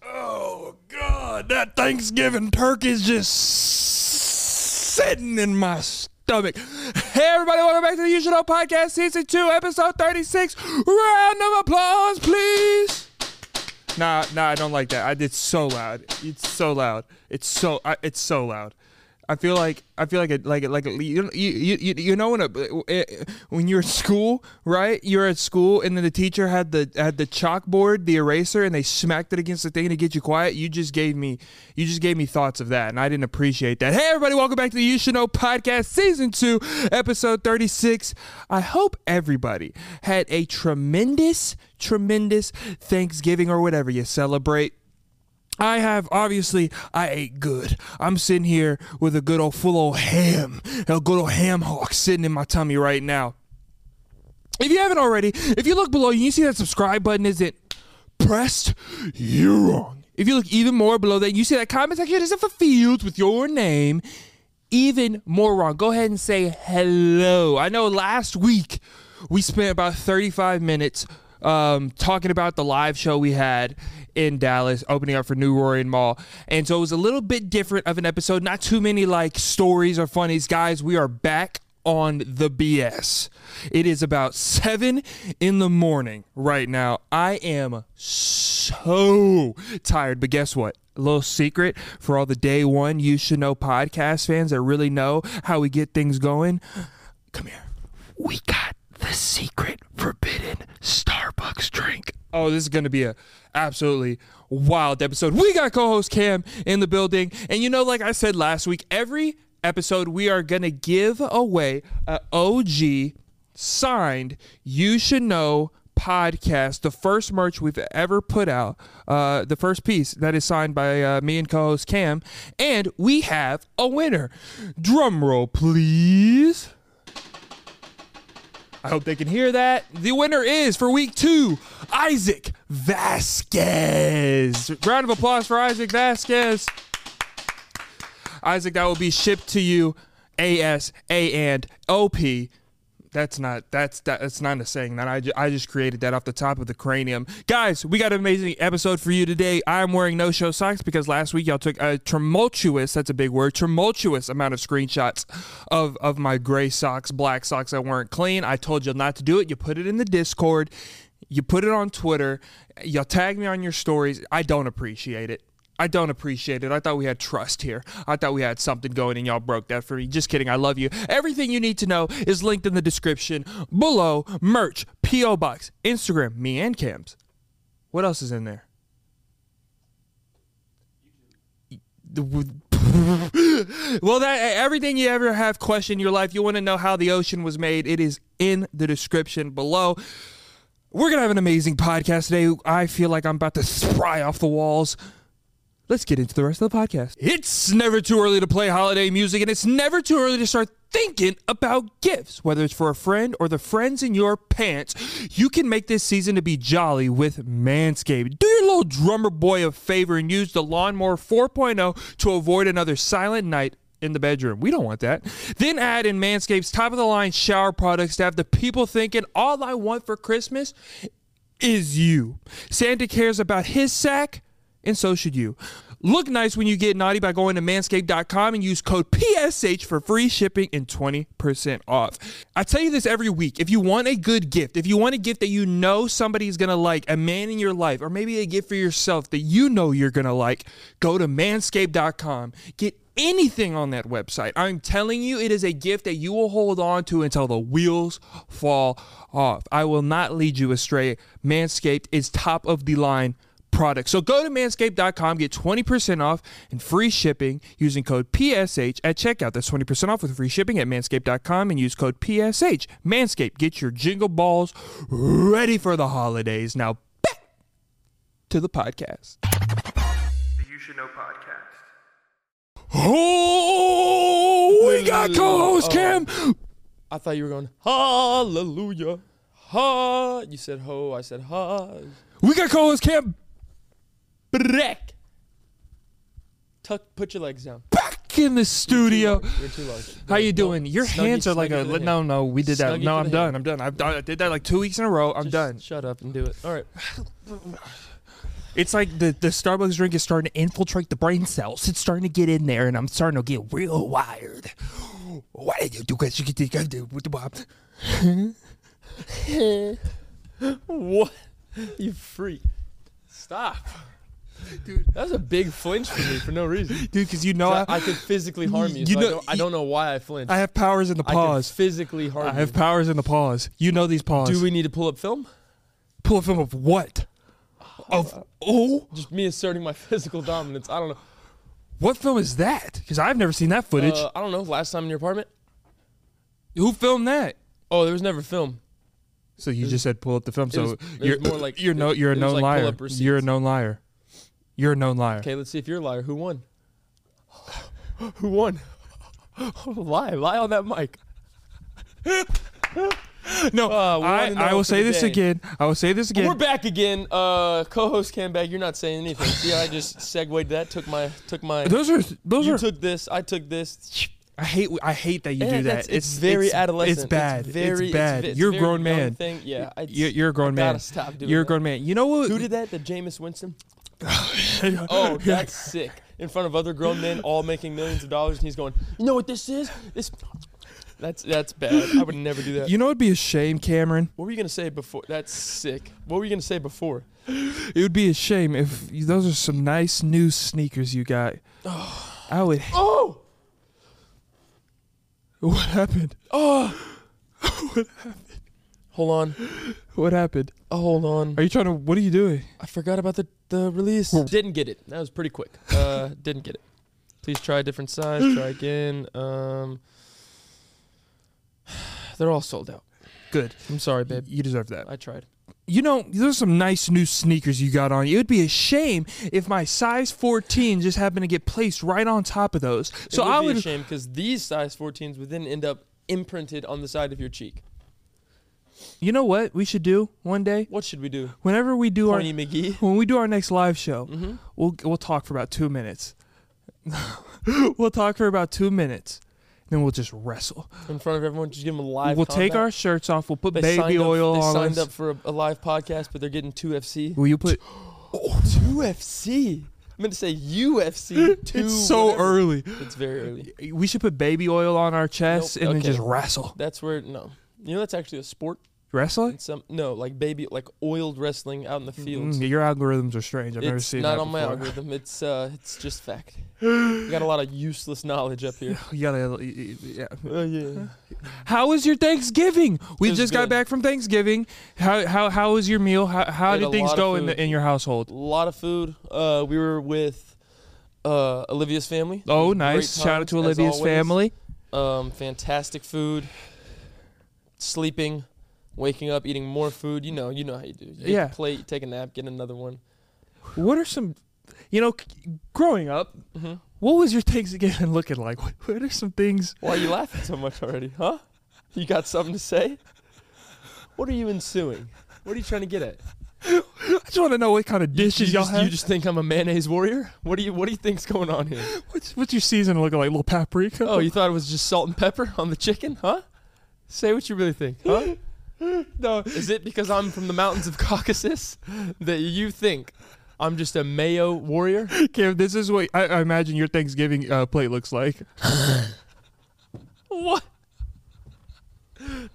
But Oh, that Thanksgiving turkey's just sitting in my stomach. Hey, everybody, welcome back to the You Should Know Podcast, Season 2, Episode 36. Round of applause, please. Nah, nah, I don't like that. I did so loud. It's so loud. It's so, I, it's so loud. I feel like I feel like it like it like it, you, you you you know when a, eh, when you're at school right you're at school and then the teacher had the had the chalkboard the eraser and they smacked it against the thing to get you quiet you just gave me you just gave me thoughts of that and I didn't appreciate that hey everybody welcome back to the you should know podcast season two episode thirty six I hope everybody had a tremendous tremendous Thanksgiving or whatever you celebrate. I have obviously I ate good. I'm sitting here with a good old full old ham, a good old ham hock sitting in my tummy right now. If you haven't already, if you look below, you see that subscribe button isn't pressed. You're wrong. If you look even more below that, you see that comment section isn't for fields with your name. Even more wrong. Go ahead and say hello. I know last week we spent about 35 minutes um, talking about the live show we had in Dallas, opening up for New Roaring Mall. And so it was a little bit different of an episode. Not too many like stories or funnies. Guys, we are back on the BS. It is about seven in the morning right now. I am so tired, but guess what? A little secret for all the day one you should know podcast fans that really know how we get things going. Come here. We got the secret forbidden Starbucks drink. Oh, this is going to be a absolutely wild episode. We got co-host Cam in the building, and you know, like I said last week, every episode we are going to give away a OG signed you should know podcast the first merch we've ever put out uh, the first piece that is signed by uh, me and co-host cam and we have a winner drum roll please I hope they can hear that. The winner is for week two, Isaac Vasquez. Round of applause for Isaac Vasquez. Isaac, that will be shipped to you AS, A and OP. That's not that's that, that's not a saying that I, ju- I just created that off the top of the cranium. Guys, we got an amazing episode for you today. I'm wearing no show socks because last week y'all took a tumultuous that's a big word tumultuous amount of screenshots of of my gray socks, black socks that weren't clean. I told you not to do it. You put it in the Discord. You put it on Twitter. Y'all tag me on your stories. I don't appreciate it. I don't appreciate it. I thought we had trust here. I thought we had something going, and y'all broke that for me. Just kidding. I love you. Everything you need to know is linked in the description below. Merch, PO Box, Instagram, me and Cam's. What else is in there? well, that everything you ever have questioned your life, you want to know how the ocean was made. It is in the description below. We're gonna have an amazing podcast today. I feel like I'm about to fry off the walls. Let's get into the rest of the podcast. It's never too early to play holiday music, and it's never too early to start thinking about gifts. Whether it's for a friend or the friends in your pants, you can make this season to be jolly with Manscaped. Do your little drummer boy a favor and use the Lawnmower 4.0 to avoid another silent night in the bedroom. We don't want that. Then add in Manscaped's top of the line shower products to have the people thinking, all I want for Christmas is you. Santa cares about his sack and so should you. Look nice when you get naughty by going to manscaped.com and use code PSH for free shipping and 20% off. I tell you this every week. If you want a good gift, if you want a gift that you know somebody's going to like, a man in your life, or maybe a gift for yourself that you know you're going to like, go to manscaped.com. Get anything on that website. I'm telling you, it is a gift that you will hold on to until the wheels fall off. I will not lead you astray. Manscaped is top of the line products. So go to manscaped.com, get 20% off and free shipping using code PSH at checkout. That's 20% off with free shipping at manscaped.com and use code PSH. Manscaped, get your jingle balls ready for the holidays. Now back to the podcast. The You Should Know podcast. Oh, we got co-host Oh. Cam. I thought you were going hallelujah, ha. You said ho, I said ha. We got co-host Cam Breck. Tuck, put your legs down. back in the studio. You're too large. Oh. How you doing? Your Snuggie- hands are like snuggie a for the no, no. We did that. Snuggie No, for I'm the done. hand. I'm done. I've done. I did that like two weeks in a row. I'm Just done. Shut up and do it. All right. It's like the, the Starbucks drink is starting to infiltrate the brain cells. It's starting to get in there, and I'm starting to get real wired. Why did you do what you think I did with the bomb? What? You freak. Stop. Dude, that was a big flinch for me for no reason. Dude, because you know I, I, I could physically harm you. You so know- I, don't, I you- don't know why I flinched. I have powers in the I paws. could physically harm I have you. powers in the paws. You know these paws. Do we need to pull up film? pull a film of what? Of oh, Just me asserting my physical dominance. I don't know. what film is that? Because I've never seen that footage. Uh, I don't know. Last time in your apartment? Who filmed that? Oh, there was never film. So you just said pull up the film. So was- it was you're more like- you're no it- you're a it was known like pull liar. up receipts. You're a known liar. You're a known liar. Okay, let's see if you're a liar. Who won? Who won? lie, lie on that mic. No, Uh, we I, wanna know I will for say the this day. again. I will say this We're again. back again. Uh, co-host came back. You're not saying anything. See, how I just segued that. Took my, took my. Those are those you are. took this. I took this. I hate I hate that you Yeah, do that. that's- It's, very adolescent. It's bad. It's, very, bad. ve- it's you're a very grown young man. Thing. Yeah, I, You're, you're a grown man. gotta stop doing You're a that. grown man. You know what? Who did that? The Jameis Winston. Oh, that's sick. In front of other grown men, all making millions of dollars, and he's going, "You know what this is? This." That's that's bad. I would never do that. You know it'd be a shame, Cameron. what were you gonna say before? That's sick. What were you gonna say before? It would be a shame if you- those are some nice new sneakers you got. I would. Oh, What happened? hold on. What happened? Oh, hold on. Are you trying to? What are you doing? I forgot about the, the release. Didn't get it. That was pretty quick. Uh, didn't get it. Please try a different size. Try again. Um, they're all sold out. Good. I'm sorry, babe. You deserve that. I tried. You know, there's some nice new sneakers you got on. It would be a shame if my size 14 just happened to get placed right on top of those. It So would I be a would. shame because these size 14s would then end up imprinted on the side of your cheek. You know what we should do one day? What should we do, Whenever we do our Horny McGee? when we do our next live show, Mm-hmm. we'll we'll talk for about two minutes. we'll talk for about two minutes, then we'll just wrestle. In front of everyone, just give them a live. we'll combat. take our shirts off. We'll put They signed baby up- oil They on signed us. up for a, a live podcast, but they're getting two FC. Will you put? Two FC. I meant to say UFC. Two. It's so whatever. early. It's very early. We should put baby oil on our chests Nope, and okay. then just wrestle. That's where no. You know that's actually a sport. Wrestling? It's some no, like baby like oiled wrestling out in the fields. Mm, your algorithms are strange. I've never It's seen not that on my before. algorithm. It's uh it's just fact. We got a lot of useless knowledge up here. You gotta- yeah. Oh yeah. How was your Thanksgiving? It We was just good. got back from Thanksgiving. How how how was your meal? How how Ate a did things lot of go in food. the, in your A household? lot of food. Uh we were with uh Olivia's family. Oh, Great nice! Shout out times, to as Olivia's always. family. Um fantastic food. Sleeping, waking up, eating more food. You know, you know how you do. You get Yeah. a plate, you take a nap, get another one. What are some, you know, c- growing up, Mm-hmm. what was your Thanksgiving looking like? What, what are some things? Why are you laughing so much already, huh? You got something to say? What are you ensuing? What are you trying to get at? I just want to know what kind of dishes you all just, have. You just think I'm a mayonnaise warrior? What do you What do you think's going on here? what's, what's your season looking like? Little paprika. Oh, you thought it was just salt and pepper on the chicken, huh? Say what you really think, huh? no. Is it because I'm from the mountains of Caucasus that you think I'm just a mayo warrior? Cam, this is what I, I imagine your Thanksgiving uh, plate looks like. What?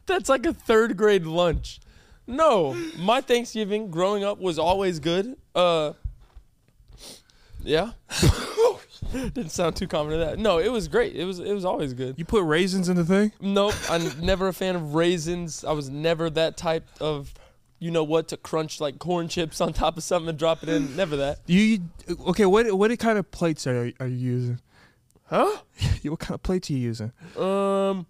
That's like a third grade lunch. No, my Thanksgiving growing up was always good. Uh, yeah, didn't sound too common to that. No, it was great. It was it was always good. You put raisins in the thing? Nope, I'm never a fan of raisins. I was never that type of, you know what, to crunch like corn chips on top of something and drop it in. Never that. You, you okay? What what kind of plates are are you using? Huh? what kind of plates are you using? Um.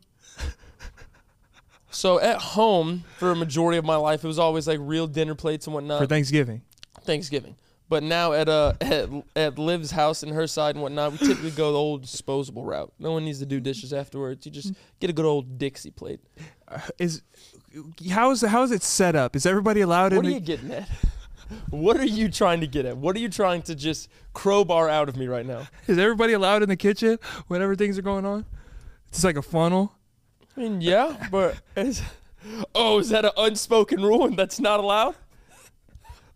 So at home, for a majority of my life, it was always like real dinner plates and whatnot. For Thanksgiving, Thanksgiving. But now at uh at, at Liv's house and her side and whatnot, we typically go the old disposable route. No one needs to do dishes afterwards. You just get a good old Dixie plate. Uh, is how is how is it set up? Is everybody allowed What are in? you getting at? What are you trying to get at? What are you trying to just crowbar out of me right now? the, is everybody allowed in the kitchen whenever things are going on? It's like a funnel. I mean, yeah, but is, oh, is that an unspoken rule and that's not allowed?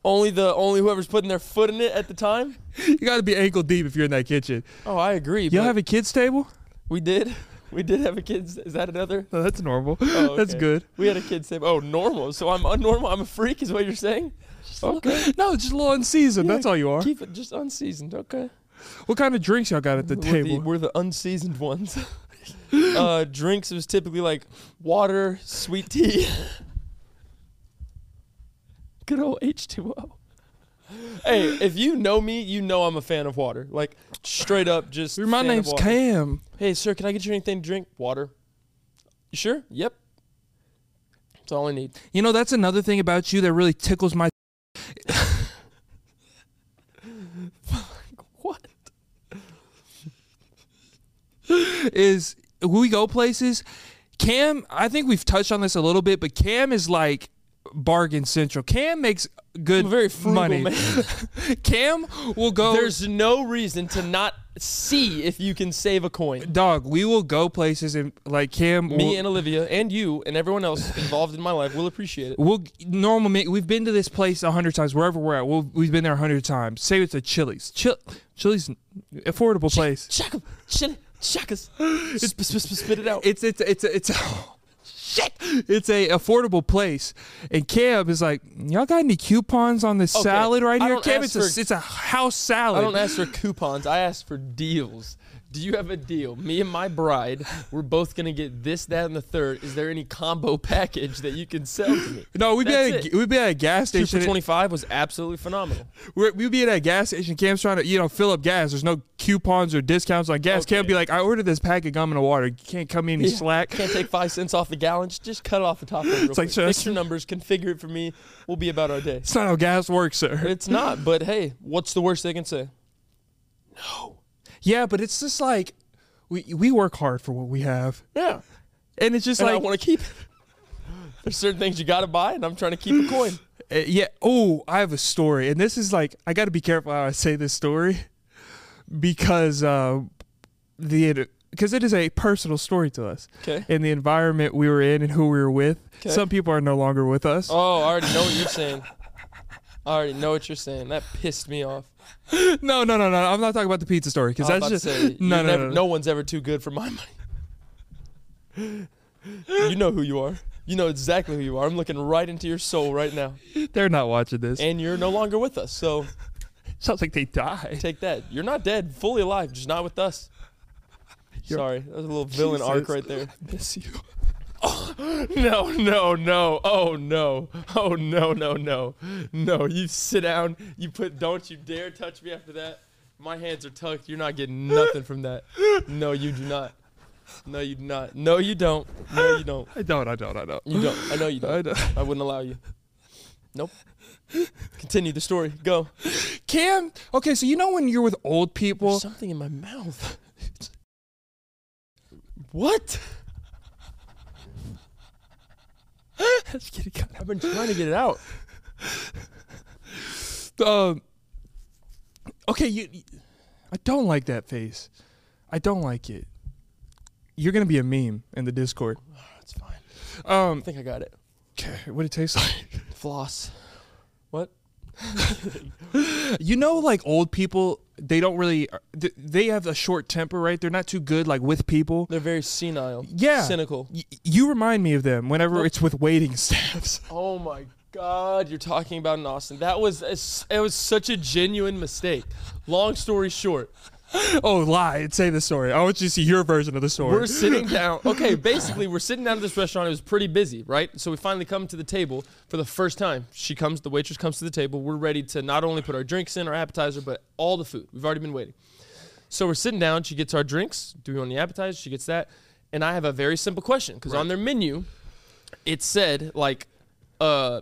Only the only whoever's putting their foot in it at the time. You got to be ankle deep if you're in that kitchen. Oh, I agree. Y'all but have a kids table? we did. We did have a kids. Is that another? No, that's normal. Oh, That's okay. good. We had a kid say, "Oh, normal." So I'm unnormal. I'm a freak, is what you're saying. Okay. No, just a little unseasoned. Yeah, that's all you are. Keep it just unseasoned. Okay. what kind of drinks y'all got at the we're table? The, we're the unseasoned ones. uh, drinks was typically like water, sweet tea. Good old H2O. Hey, if you know me, you know I'm a fan of water. Like straight up, just My fan of name's water. Cam. Hey, sir, can I get you anything to drink? Water. You sure? Yep. That's all I need. You know, that's another thing about you that really tickles my. What? Is when we go places, Cam. I think we've touched on this a little bit, but Cam is like bargain central. Cam makes good I'm a very frugal money. Oh. man. Cam will go. There's no reason to not see if you can save a coin. dog. We will go places and like Cam. will, me and Olivia and you and everyone else involved in my life will appreciate it. We'll normal. ma- We've been to this place a hundred times. Wherever we're at, we'll, we've been there a hundred times. Say it's a Chili's. Chil- Chili's, an affordable place. Chaka, chin, chakas. Sp- sp- sp- Spit it out. It's it's it's it's. Shit! It's a affordable place, and Cam is like, y'all got any coupons on this Okay, salad right I here? don't Cam, it's ask a for- it's a house salad. I don't ask for coupons. I ask for deals. Do you have a deal? Me and my bride, we're both gonna get this, that, and the third. Is there any combo package that you can sell to me? no, we'd be That's at a, it. we'd be at a gas Two for station. twenty-five was absolutely phenomenal. We're, we'd be at a gas station. Cam's trying to you know fill up gas. There's no coupons or discounts on gas. Cam Okay. be like, I ordered this pack of gum and a water. You can't cut me any slack. Can't take five cents off the gallon. Just- Just cut it off the top. Of it real like, quick. sure, Fix that's- your numbers. Configure it for me. We'll be about our day. It's not how gas works, sir. It's not, but hey, what's the worst they can say? Yeah, but it's just like we we work hard for what we have, Yeah. and it's just and I like want to keep. it. There's certain things you got to buy, and I'm trying to keep a coin. uh, yeah. Oh, I have a story, and this is like I got to be careful how I say this story because uh, the because it is a personal story to us Okay. and the environment we were in and who we were with. 'Kay. Some people are no longer with us. Oh, I already know what you're saying. I already know what you're saying. That pissed me off. No, no, no, no. I'm not talking about the pizza story because I was that's about just to say, you no, no, never- no, no. no one's ever too good for my money. you know who you are. You know exactly who you are. I'm looking right into your soul right now, They're not watching this. and you're no longer with us. So Sounds like they died. take that. You're not dead, fully alive, just not with us. You're- Sorry, that was a little villain arc Jesus. right there. Miss you. No, no, no. Oh, no. Oh, no, no, no. No, you sit down. You put, don't you dare touch me after that. My hands are tucked. You're not getting nothing from that. No, you do not. No, you do not. No, you don't. No, you don't. I don't. I don't. I don't. You don't. I know you I don't. don't. I wouldn't allow you. Nope. Continue the story. Go. Cam, okay, so you know when you're with old people, There's something in my mouth. what? That's getting kind I've been trying to get it out. of- um, okay, you, I don't like that face. I don't like it. You're gonna be a meme in the Discord. It's fine. Um, I think I got it. okay, what it tastes like? Floss. What? You know, like old people, they don't really. th- They have a short temper, right? They're not too good, like with people. They're very senile. Yeah. Cynical. Y- you remind me of them whenever it's with waiting staffs. Oh my God, you're talking about in Austin. That was a s it was such a genuine mistake. Long story short, oh, lie! and Say the story. I want you to see your version of the story. we're sitting down. Okay, basically we're sitting down at this restaurant. It was pretty busy, right? So we finally come to the table for the first time. She comes, the waitress comes to the table. We're ready to not only put our drinks in, our appetizer, but all the food. We've already been waiting. So we're sitting down. She gets our drinks. Do we want the appetizer? She gets that. And I have a very simple question because on their menu, it said like, uh,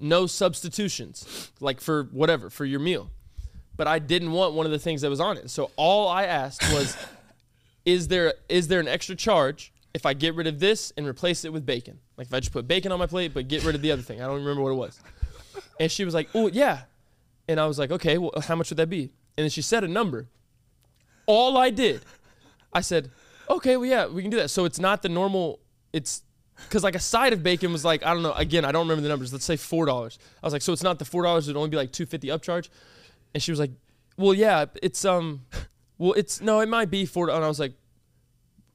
no substitutions, like for whatever for your meal. But I didn't want one of the things that was on it. So all I asked was, is there is there an extra charge if I get rid of this and replace it with bacon? Like if I just put bacon on my plate, but get rid of the other thing. I don't remember what it was. And she was like, oh yeah. And I was like, okay, well, how much would that be? And then she said a number. All I did, I said, okay, well, yeah, we can do that. So it's not the normal, it's because like a side of bacon was like I don't know. Again, I don't remember the numbers. Let's say four dollars. I was like, so it's not the four dollars. It'd only be like two fifty upcharge. And she was like, well, yeah, it's um, well, it's no, it might be four. And I was like,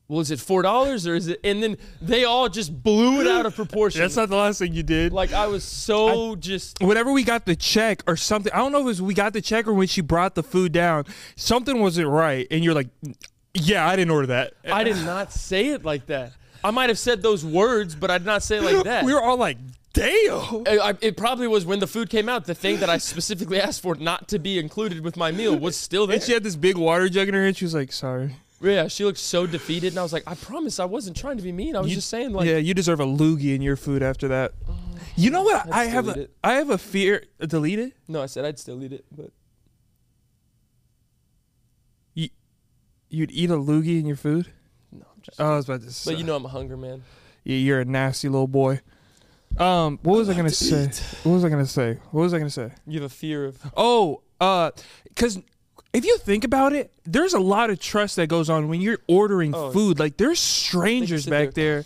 well, is it four dollars or is it? And then they all just blew it out of proportion. That's not the last thing you did. like I was so just whenever we got the check or something, I don't know if it was we got the check or when she brought the food down, something wasn't right, and you're like, "Yeah, I didn't order that." I did not say it like that. I might have said those words, but I did not say it like that. We were all like, "Damn!" I- I- it probably was when the food came out. The thing that I specifically asked for not to be included with my meal was still there. And she had this big water jug in her hand. She was like, "Sorry." yeah, she looked so defeated, and I was like, I promise, I wasn't trying to be mean. I was You- just saying, like, Oh, yeah, you deserve a loogie in your food after that. You know what? I have delete a, it. I have a fear. uh, Delete it. no, I said I'd still eat it, but You'd eat a loogie in your food. no, I'm just. Oh, I was about to say. but you know, I'm a hunger man. Yeah, you're a nasty little boy. Um, what was I gonna say? What was I gonna say? What was I gonna say? You have a fear of. Oh, uh, because if you think about it, there's a lot of trust that goes on when you're ordering Oh. food. Like there's strangers sit back there.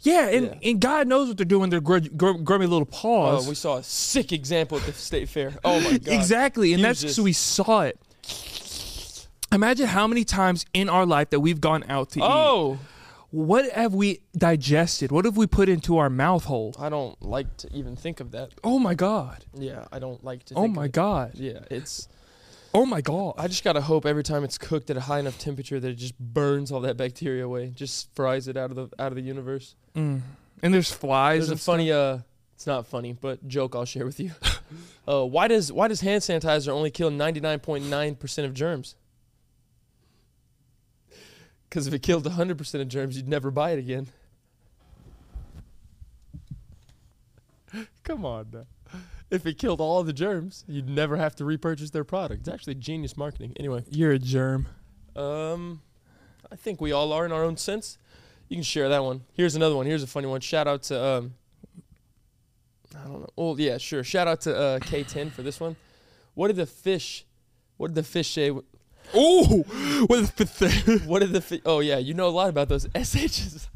Yeah, and, Yeah. and God knows what they're doing. Their grudge, gr- grubby little paws. Oh, we saw a sick example at the state fair. Oh my god. exactly, and You that's because just- we saw it. Imagine how many times in our life that we've gone out to eat. Oh, What have we digested? What have we put into our mouth hole? I don't like to even think of that. Oh my god! Yeah, I don't like to. Oh think of my it. god! Yeah, it's. Oh my god! I just gotta hope every time it's cooked at a high enough temperature that it just burns all that bacteria away, just fries it out of the out of the universe. Mm. And there's flies. There's a and funny, uh, it's not funny, but joke I'll share with you. uh, why does why does hand sanitizer only kill 99.9 percent of germs? Because if it killed 100 percent of germs, you'd never buy it again. Come on. Now. If it killed all the germs, you'd never have to repurchase their product. It's actually genius marketing. Anyway. You're a germ. Um, I think we all are in our own sense. You can share that one. Here's another one. Here's a funny one. Shout out to um, I don't know. Well, yeah, sure. Shout out to uh, K10 for this one. What did the fish? What did the fish say? Ooh, with the thing. What did the fi- oh yeah, you know a lot about those SHs.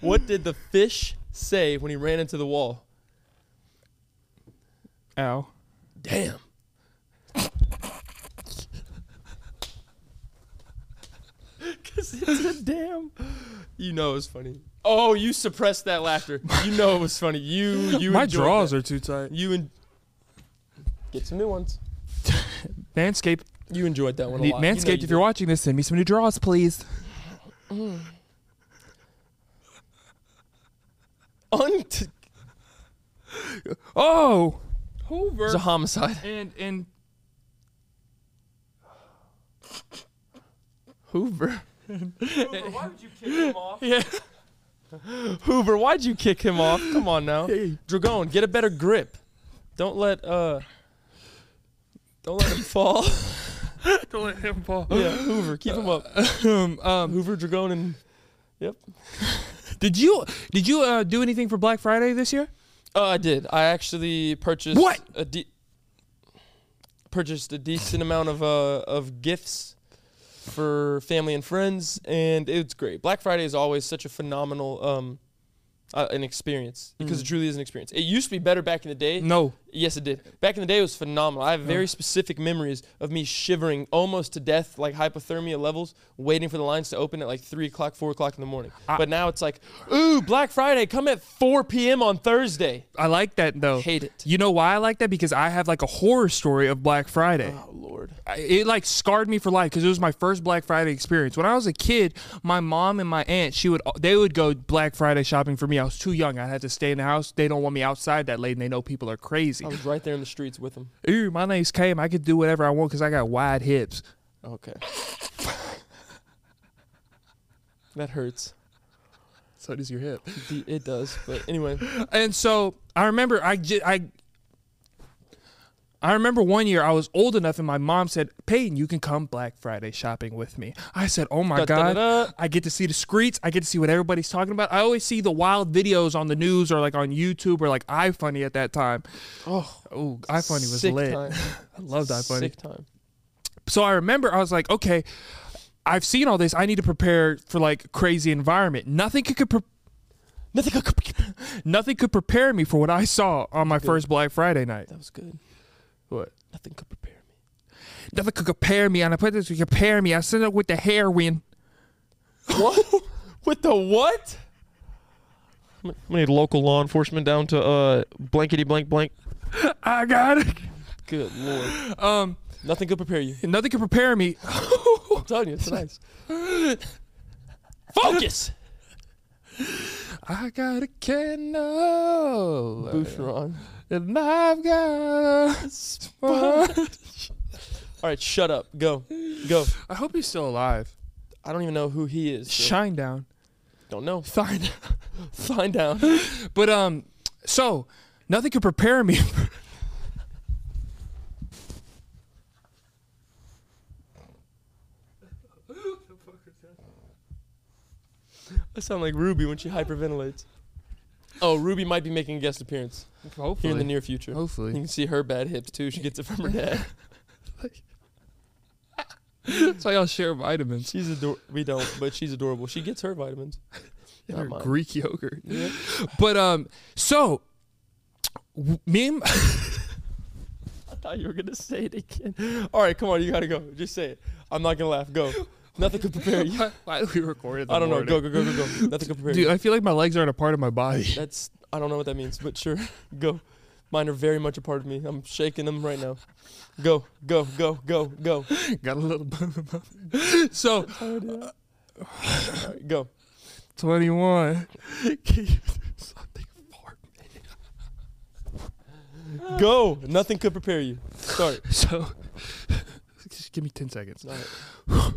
what did the fish say when he ran into the wall? Ow. Damn. Cause it's a damn. You know it was funny. Oh, you suppressed that laughter. You know it was funny. You you My enjoyed drawers that. are too tight. you and get some new ones. Manscaped, You enjoyed that one a need- lot. You know Manscaped. you if you're watching this, send me some new draws, please. did. Unt- Oh, it Hoover was a homicide. and and Hoover. Hoover, why would you kick him off? Hoover, why'd you kick him off? Come on now. Hey. Dragon, get a better grip. Don't let uh don't let him fall. don't let him fall. yeah, Hoover, keep him up. Um, um, Hoover, Dragon, and did you did you uh, do anything for Black Friday this year? Oh, I did. I actually purchased What? a de- purchased a decent amount of uh of gifts for family and friends, and it's great. Black Friday is always such a phenomenal um uh, an experience because it truly is an experience. It used to be better back in the day. No. Yes, it did. Back in the day, it was phenomenal. I have very specific memories of me shivering almost to death, like hypothermia levels, waiting for the lines to open at like 3 o'clock, 4 o'clock in the morning. but now it's like, ooh, Black Friday, come at 4 p.m. on Thursday. I like that though. Hate it. You know why I like that? Because I have like a horror story of Black Friday. Oh, Lord. I- it like scarred me for life because it was my first Black Friday experience. When I was a kid, my mom and my aunt she would they would go Black Friday shopping for me. I was too young. I had to stay in the house. They don't want me outside that late, and they know people are crazy. I was right there in the streets with him. Ooh, my name's Cam. I could do whatever I want because I got wide hips. Okay. that hurts. So does your hip. D- It does. But anyway, And so I remember I j- I. I remember one year I was old enough and my mom said, Peyton, you can come Black Friday shopping with me. I said, Oh my God. Da-da-da-da. I get to see the streets. I get to see what everybody's talking about. I always see the wild videos on the news or like on YouTube or like iFunny at that time. oh, Oh, iFunny was sick lit. time. I loved iFunny. Sick time. So I remember I was like, okay, I've seen all this. I need to prepare for like crazy environment. Nothing could, could pre- Nothing. That Nothing could prepare me for what I saw on my first Black Friday night. was good. What? Nothing could prepare me. Nothing could compare me, and I put this could compare me. I sent it with the heroin. What? With the what? We need local law enforcement down to uh blankety blank blank. I got it. Good lord. Um, Nothing could prepare you. nothing could prepare me. I'm telling you, it's nice. Focus. I got a candle. Boucheron. And I've got a spark. All right, shut up. Go, go. I hope he's still alive. I don't even know who he is. so Shine down. don't know. Fine. Find out. But um, so nothing could prepare me. I sound like Ruby when she hyperventilates. Oh, Ruby might be making a guest appearance here in the Hopefully. near future. You Hopefully. can see her bad hips too. She gets it from her dad. That's why y'all share vitamins. She's ador- We don't, but she's adorable. She gets her vitamins. and Not her mine. Greek yogurt. But um, so w- me and I thought you were gonna say it again. All right, come on, you gotta go. Just say it. I'm not gonna laugh. Go. Nothing could prepare you. why we recorded. I don't know. Go, go, go, go, go. Nothing could prepare dude. you. I feel like my legs aren't a part of my body. That's. I don't know what that means, but sure. Go. Mine are very much a part of me. I'm shaking them right now. Go, go, go, go, go. Got a little bump about it. So All right, go. twenty one. Go. Nothing could prepare you. Start. So just give me ten seconds. All right.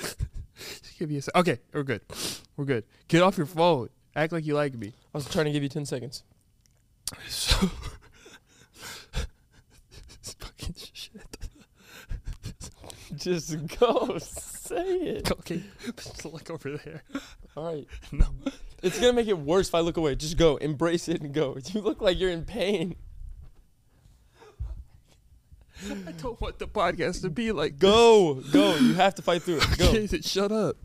Just give me a sec. Okay, we're good. We're good. Get off your phone. Act like you like me. I was trying to give you 10 seconds. So this fucking shit. Just go. Say it. Okay, just look over there. All right. No. It's going to make it worse if I look away. Just go. Embrace it and go. You look like you're in pain. I don't want the podcast to be like Go. Go. You have to fight through it. Go. Jason, shut up.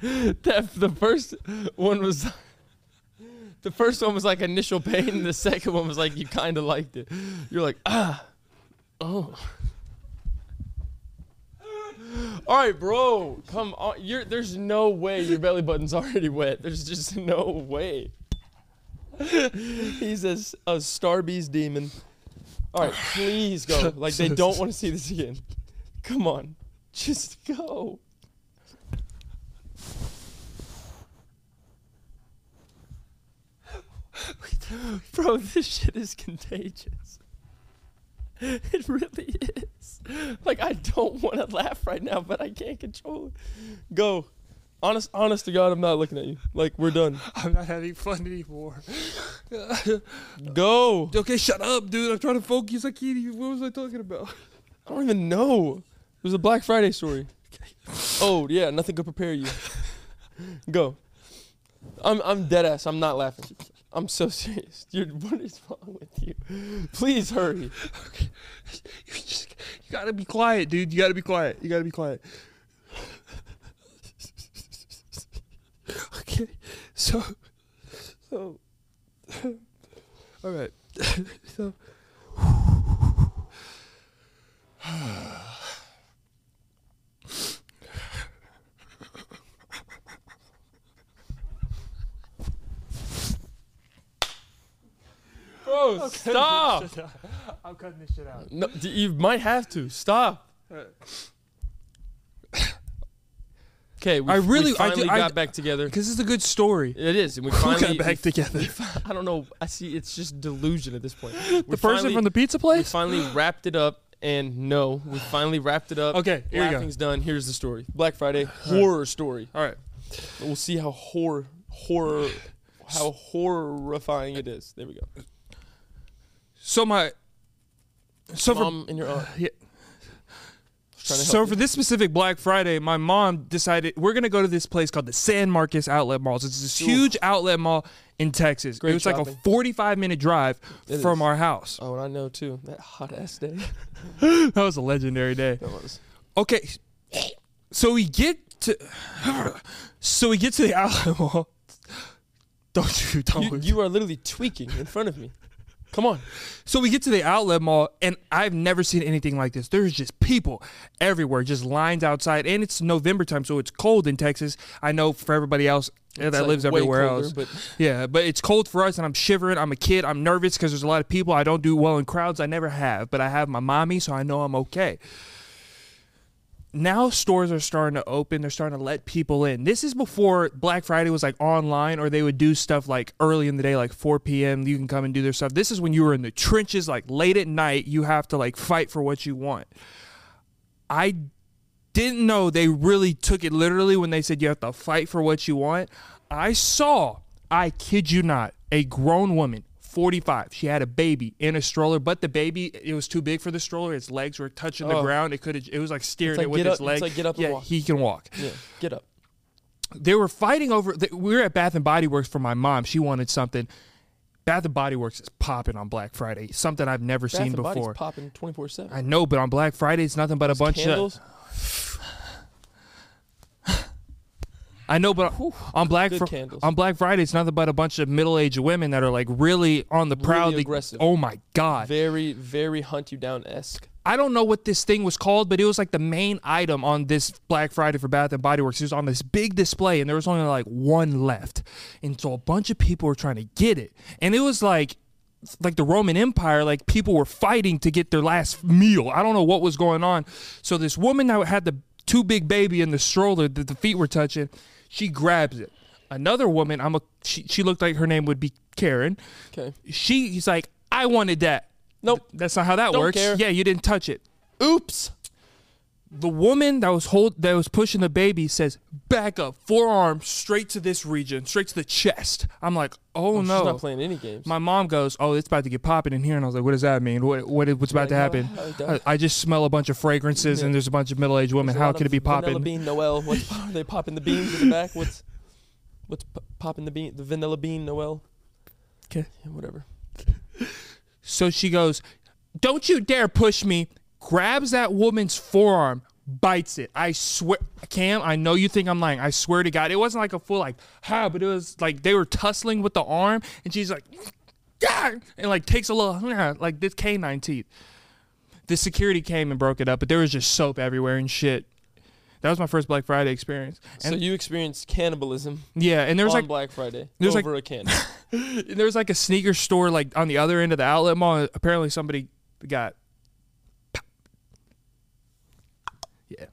That, the first one was. The first one was like initial pain, and the second one was like you kind of liked it. You're like, ah, oh. All right, bro, come on. You're, there's no way your belly button's already wet. There's just no way. He's a, s- a Starbees demon. All right, please go. Like, they don't want to see this again. Come on, just go. Bro, this shit is contagious. It really is. Like I don't want to laugh right now, but I can't control it. Go. Honest honest to God, I'm not looking at you. Like we're done. I'm not having fun anymore. Go. Okay, shut up, dude. I'm trying to focus. I can't even. What was I talking about? I don't even know. It was a Black Friday story. Oh yeah, nothing could prepare you. Go. I'm I'm dead ass. I'm not laughing. I'm so serious. Dude, what is wrong with you? Please hurry. You just, you gotta be quiet, dude. You gotta be quiet. You gotta be quiet. okay, so, so, all right, so. Bro, stop. I'm cutting this shit out. No, d- you might have to stop. Okay, we, I we really- I finally did- I- got back together. Because it's a good story. It is, and we We finally. got back together. I don't know. I see. It's just delusion at this point. The person from the pizza We place? finally wrapped it up, and no, we finally wrapped it up. Okay, here we go. Laughing's done. Here's the story. Black Friday horror story. All right. We'll see how horror horror how horrifying it is. There we go. So my so for Mom and your aunt. yeah. trying to help. So for this specific Black Friday, my mom decided we're gonna go to this place called the San Marcos Outlet Mall. So it's this huge outlet mall in Texas. Great it was like shopping. a 45 minute drive It from is. our house. oh, and I know too. That hot ass day. That was a legendary day. That was. Okay, so we get to, so we get to the outlet mall. Don't you don't You, you are literally tweaking in front of me. Come on. So we get to the outlet mall, and I've never seen anything like this. There's just people everywhere, just lines outside, and it's November time, so it's cold in Texas. I know for everybody else eh, It's, that like, lives way everywhere colder, else, but- yeah, but it's cold for us, and I'm shivering. I'm a kid. I'm nervous because there's a lot of people. I don't do well in crowds. I never have, but I have my mommy, so I know I'm okay. Now stores are starting to open. They're starting to let people in. This is before Black Friday was like online, or they would do stuff like early in the day, like 4 p.m. You can come and do their stuff. This is when you were in the trenches, like late at night. You have to like fight for what you want. I didn't know they really took it literally when they said you have to fight for what you want. I saw, I kid you not, a grown woman, 45. She had a baby in a stroller, but the baby it was too big for the stroller. Its legs were touching the Oh. ground. It could have it was like steering It's like it with get its up- legs. it's like get up and yeah, walk. he can walk. Yeah. Get up. They were fighting over th- we were at Bath and Body Works for my mom. She wanted something. Bath and Body Works is popping on Black Friday. Something I've never Bath seen and Body's before. popping 24 seven. I know, but on Black Friday it's nothing but a bunch of Candles. I know, but on Black good Fri- candles. on Black Friday, it's nothing but a bunch of middle-aged women that are like really on the proud. They- aggressive. Oh my god! Very, very hunt you down esque. I don't know what this thing was called, but it was like the main item on this Black Friday for Bath and Body Works. It was on this big display, and there was only like one left, and so a bunch of people were trying to get it, and it was like. Like the Roman Empire, like people were fighting to get their last meal. I don't know what was going on. So this woman that had the two big baby in the stroller that the feet were touching, she grabs it. Another woman, I'm a she, she looked like her name would be Karen. Okay. She he's like, I wanted that. Nope. That's not how that Don't works. care. Yeah, you didn't touch it Oops. the woman that was hold that was pushing the baby says back up forearm straight to this region straight to the chest i'm like oh, She's no not playing any games. my mom goes oh it's about to get popping in here and i was like what does that mean what, what is- what's about to like, happen "Oh, duh." I, I just smell a bunch of fragrances and there's a bunch of middle-aged women There's a how lot could it of be Vanilla popping bean Noel. What's are they popping the beans in the back? What's what's p- popping the bean? The vanilla bean Noel. 'Kay. Yeah, whatever. so she goes don't you dare push me grabs that woman's forearm bites it i swear cam i know you think i'm lying i swear to god it wasn't like a full like ha but it was like they were tussling with the arm and she's like "Gah!" and like takes a little "Nah," like this canine teeth. The security came and broke it up, but there was just soap everywhere and shit. That was my first Black Friday experience. And so you experienced cannibalism yeah, and there was on like Black Friday there's like- over a candle. there was like a sneaker store like on the other end of the outlet mall. and apparently somebody got yeah,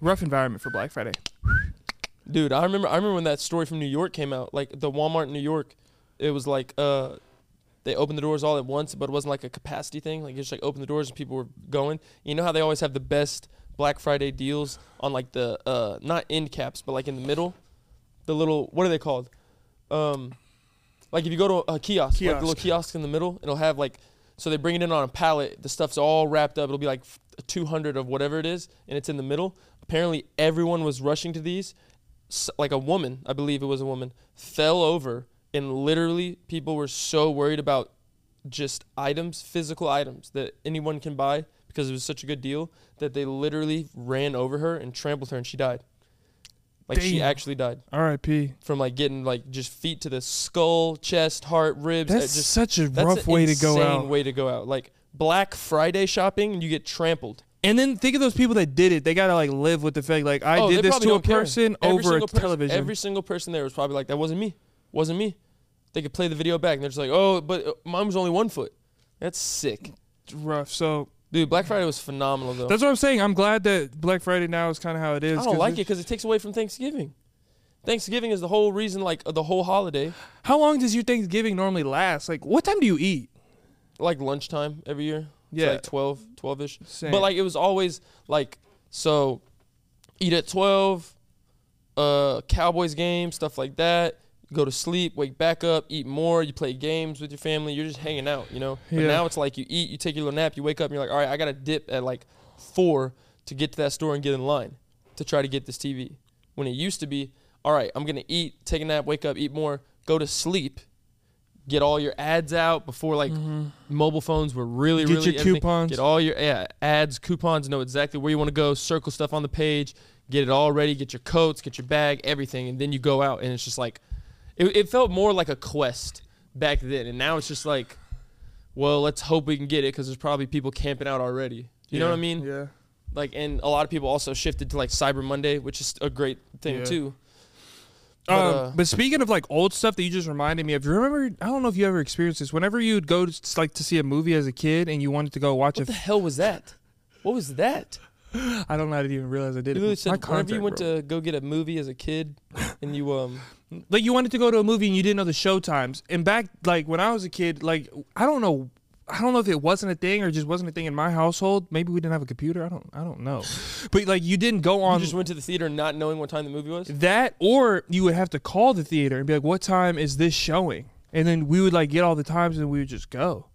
rough environment for Black Friday. Dude, I remember I remember when that story from New York came out, like the Walmart in New York, it was like uh they opened the doors all at once, but it wasn't like a capacity thing. Like you just like open the doors and people were going. You know how they always have the best Black Friday deals on like the uh not end caps, but like in the middle. The little what are they called? Um like if you go to a kiosk, like the little Kiosk. kiosk in the middle, it'll have like so they bring it in on a pallet, the stuff's all wrapped up, it'll be like f- 200 of whatever it is and it's in the middle. Apparently everyone was rushing to these s- like a woman, I believe it was a woman, fell over and literally people were so worried about just items, physical items that anyone can buy because it was such a good deal that they literally ran over her and trampled her and she died. Like she Damn. actually died R.I.P. from like getting like just feet to the skull, chest, heart, ribs. That's uh, just such a that's rough an way to go insane out. Way to go out. Like Black Friday shopping, you get trampled. And then think of those people that did it. They gotta like live with the fact like I Oh, they did this probably to a don't care. person Every over a single person- television. Every single person there was probably like, "That wasn't me, wasn't me." They could play the video back, and they're just like, "Oh, but uh, mine was only one foot." That's sick, rough. So dude. Black Friday was phenomenal though. that's what I'm saying. I'm glad that Black Friday now is kind of how it is. I don't 'cause like it it's- because it takes away from Thanksgiving. Thanksgiving is the whole reason, like uh, the whole holiday, How long does your Thanksgiving normally last? Like, what time do you eat? like lunchtime every year. It's Yeah. like 12, 12 ish. Same. But like it was always like so eat at 12 uh Cowboys game stuff like that go to sleep wake back up eat more you play games with your family you're just hanging out you know but Yeah. now it's like you eat you take your little nap you wake up and you're like all right I got to dip at like 4 to get to that store and get in line to try to get this TV. When it used to be, all right, I'm gonna eat, take a nap, wake up, eat more, go to sleep, get all your ads out before like mobile phones were really Mm-hmm. Get really your everything- coupons. Get all your yeah, ads, coupons, know exactly where you want to go, circle stuff on the page, get it all ready, get your coats, get your bag, everything, and then you go out and it's just like it, it felt more like a quest back then, and now it's just like, well, let's hope we can get it because there's probably people camping out already. You know what I mean? Yeah. Like, and a lot of people also shifted to like Cyber Monday, which is a great thing Yeah. too. But, But, um, uh, but speaking of like old stuff that you just reminded me of, you remember? I don't know if you ever experienced this. Whenever you'd go to, like to see a movie as a kid and you wanted to go watch What it, the hell was that? What was that? I don't know. I didn't even realize I did You it. literally My said whenever you contact, went bro. to go get a movie as a kid, and you um, like you wanted to go to a movie and you didn't know the show times. And back like when I was a kid, like I don't know I don't know if it wasn't a thing or just wasn't a thing in my household. Maybe we didn't have a computer. I don't I don't know. But like you didn't go you on just went to the theater not knowing what time the movie was. that or you would have to call the theater and be like, What time is this showing? And then we would like get all the times and we would just go.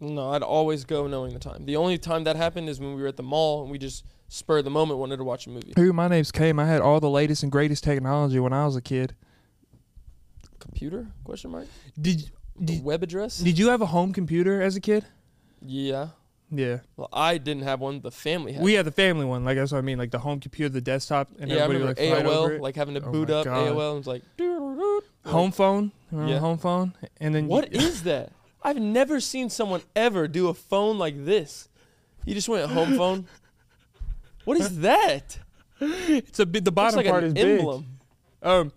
No, I'd always go knowing the time. The only time that happened is when we were at the mall and we just spur of the moment wanted to watch a movie. Here my name's came. I had all the latest and greatest technology when I was a kid. Computer? Question mark. Did did, Web address? did you have a home computer as a kid? Yeah. Yeah. Well, I didn't have one. The family had. We had the family one, like that's what I mean, like the home computer, the desktop, and yeah, I everybody remember like fight over AOL, it. like having to Oh boot my up God. AOL. and It's like, "Doo-doo-doo." home phone, remember Yeah. home phone, and then what you, is that? I've never seen someone ever do a phone like this. You just went home phone. What is that? it's a bit. The Looks bottom like part is an big. emblem. Um,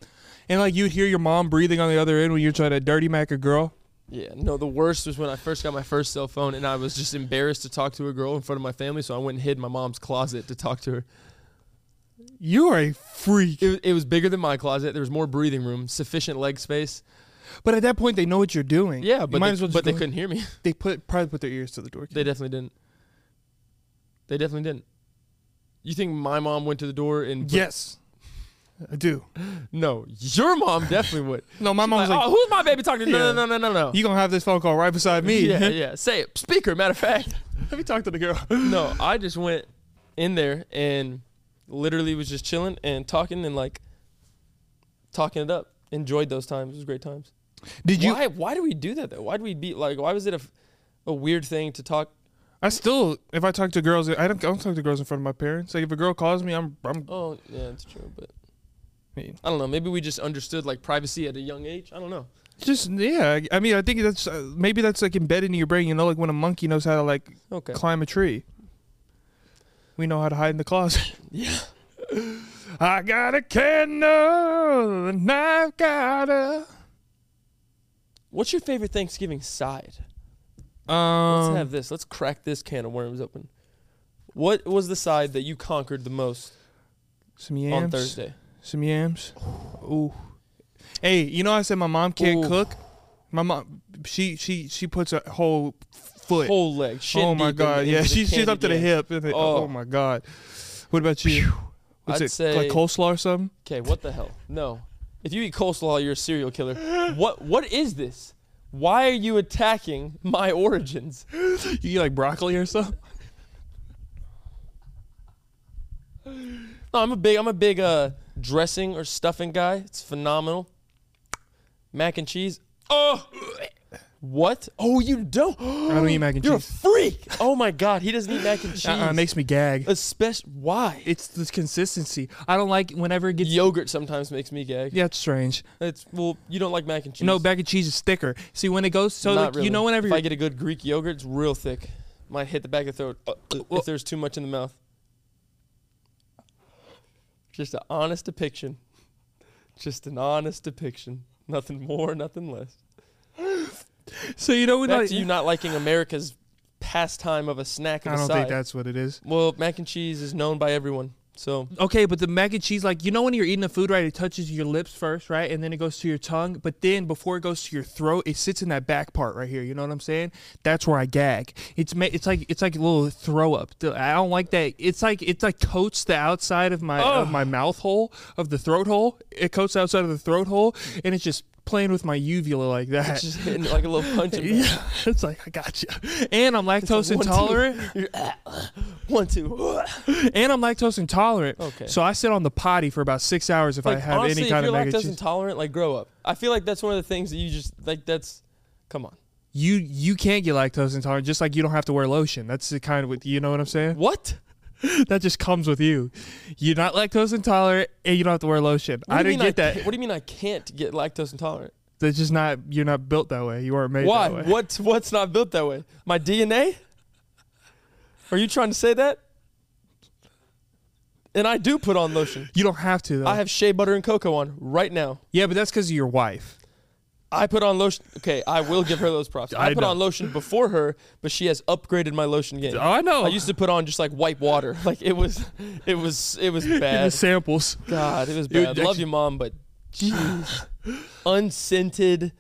and like you'd hear your mom breathing on the other end when you're trying to dirty mac a girl. Yeah, no, the worst was when I first got my first cell phone and I was just embarrassed to talk to a girl in front of my family, so I went and hid in my mom's closet to talk to her. You are a freak. It, it was bigger than my closet. There was more breathing room, sufficient leg space. But at that point, they know what you're doing. Yeah, You but might they, as well just but they go- couldn't hear me. They put probably put their ears to the door. They definitely didn't. They definitely didn't. You think my mom went to the door and yes, I do. No, your mom definitely would. No, my mom's like, oh, who's my baby talking to? No, Yeah. no, no, no, no, no. you gonna have this phone call right beside me. Yeah, yeah. Say it. Speaker, matter of fact. Let me talk to the girl. No, I just went in there and literally was just chilling and talking and like talking it up. Enjoyed those times. It was great times. Did you? why why do we do that though? Why do we be like why was it a, f- a weird thing to talk I still, if I talk to girls, I don't, I don't talk to girls in front of my parents. Like if a girl calls me, I'm, I'm. Oh, yeah, it's true, but mean. I don't know. Maybe we just understood like privacy at a young age. I don't know. Just yeah, I I mean, I think that's uh, maybe that's like embedded in your brain. You know, like when a monkey knows how to like Okay. climb a tree. We know how to hide in the closet. Yeah. I got a candle and I've got a. What's your favorite Thanksgiving side? Um, Let's have this. Let's crack this can of worms open. What was the side that you conquered the most some yams. on Thursday? Some yams. Ooh. Hey, you know I said my mom can't Ooh. cook. My mom, she she she puts a whole foot. Whole leg. Shin oh my deep in- god! into yeah, the she, she's candy up to the yam. hip. and it- oh. Oh. my god! What about you? What's I'd it say- like coleslaw or something? Okay, what the hell? No. If you eat coleslaw, you're a serial killer. What what is this? Why are you attacking my origins? You eat like broccoli or something? No, I'm a big I'm a big uh dressing or stuffing guy. It's phenomenal. Mac and cheese. Oh what? Oh you don't I don't eat mac and You're cheese. a freak. Oh my god, he doesn't eat mac and cheese. Uh-uh, it makes me gag. Especially why? It's the consistency. I don't like whenever it gets. Yogurt sometimes makes me gag. Yeah, it's strange. It's well, you don't like mac and cheese. No, mac and cheese is thicker. See, when it goes, so Not like, really. you know, whenever if I you're- get a good Greek yogurt, it's real thick. Might hit the back of the throat uh, well- if there's too much in the mouth. Just an honest depiction. Just an honest depiction. Nothing more, nothing less. so you know when Back like, to you not liking America's pastime of a snack and I a don't side. think that's what it is. well, mac and cheese is known by everyone. So Okay, but the mac and cheese, like you know, when you're eating the food, right? It touches your lips first, right, and then it goes to your tongue. But then before it goes to your throat, it sits in that back part right here. You know what I'm saying? That's where I gag. It's ma- it's like it's like a little throw up. The- I don't like that. It's like it's like coats the outside of my of Ugh. my mouth hole of the throat hole. It coats the outside of the throat hole, and it's just playing with my uvula like that. Just hitting it like a little punch. in the back. yeah, it's like I got you. And I'm lactose one, two. intolerant. uh, One, two. uh, And I'm lactose intolerant. Okay. So I sit on the potty for about six hours if I Like, have honestly, any kind if of mac you're and lactose cheese. intolerant, like grow up. I feel like that's one of the things that you just like. That's, come on. you you can't get lactose intolerant, just like you don't have to wear lotion. That's the kind of with you know what I'm saying. What? Mm. That just comes with you. You're not lactose intolerant, and you don't have to wear lotion. What I do you didn't mean get that. can't- What do you mean I can't get lactose intolerant? That's just not. You're not built that way. You weren't made Why? that way. What's what's not built that way? My DNA? Are you trying to say that? And I do put on lotion. You don't have to though. I have shea butter and cocoa on right now. yeah, but that's because of your wife. I put on lotion. Okay, I will give her those props. I, I put know. Oh. on lotion before her, but she has upgraded my lotion game. I know. I used to put on just like white water. Like it was, it was, it was bad. samples. God, it was It would bad. Love actually- you, mom, but jeez, unscented,